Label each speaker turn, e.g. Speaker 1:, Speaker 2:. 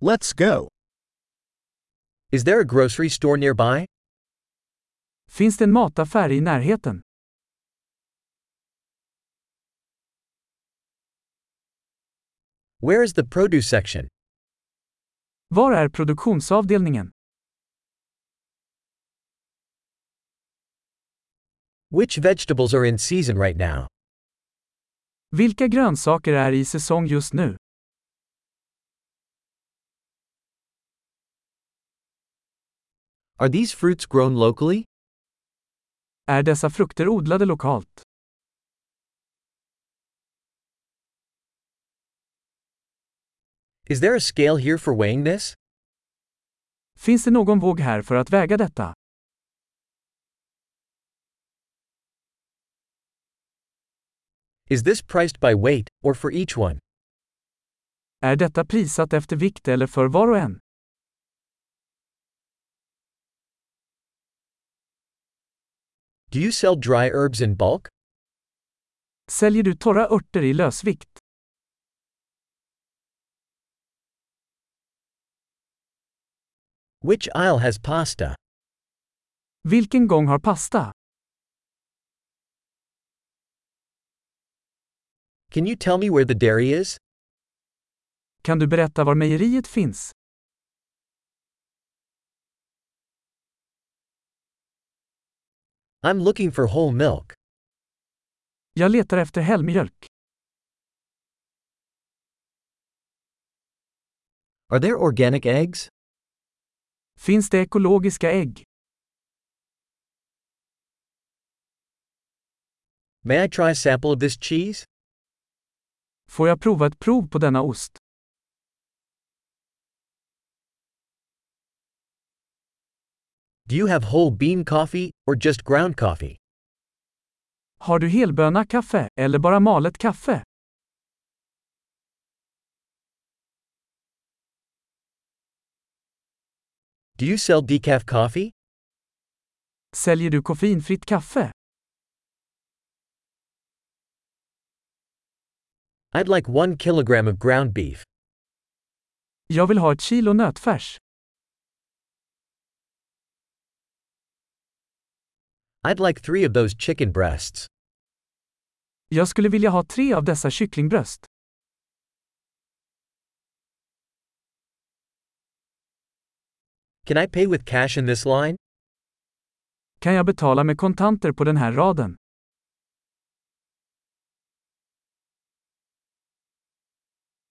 Speaker 1: Let's go.
Speaker 2: Is there a grocery store nearby?
Speaker 3: Finns det en mataffär i närheten?
Speaker 2: Where is the produce section?
Speaker 3: Var är produktionsavdelningen?
Speaker 2: Which vegetables are in season right now?
Speaker 3: Vilka grönsaker är i säsong just nu?
Speaker 2: Are these fruits grown locally?
Speaker 3: Är dessa frukter odlade lokalt?
Speaker 2: Is there a scale here for weighing this?
Speaker 3: Finns det någon våg här för att väga detta?
Speaker 2: Is this priced by weight or for each one?
Speaker 3: Är detta prissatt efter vikt eller för var och en?
Speaker 2: Do you sell dry herbs in bulk?
Speaker 3: Säljer du torra örter i lösvikt?
Speaker 2: Which aisle has pasta?
Speaker 3: Vilken gång har pasta?
Speaker 2: Can you tell me where the dairy is?
Speaker 3: Kan du berätta var mejeriet finns?
Speaker 2: I'm looking for whole milk.
Speaker 3: Jag letar efter helmjölk.
Speaker 2: Are there organic eggs?
Speaker 3: Finns det ekologiska ägg?
Speaker 2: May I try a sample of this cheese?
Speaker 3: Får jag prova ett prov på denna ost?
Speaker 2: Do you have whole bean coffee or just ground coffee?
Speaker 3: Har du helböna kaffe eller bara malet kaffe?
Speaker 2: Do you sell decaf coffee?
Speaker 3: Säljer du koffeinfritt kaffe?
Speaker 2: I'd like 1 kilogram of ground beef.
Speaker 3: Jag vill ha ett kilo nötfärs.
Speaker 2: I'd like 3 of those chicken breasts.
Speaker 3: Jag skulle vilja ha tre av dessa kycklingbröst.
Speaker 2: Can I pay with cash in this line?
Speaker 3: Kan jag betala med kontanter på den här raden?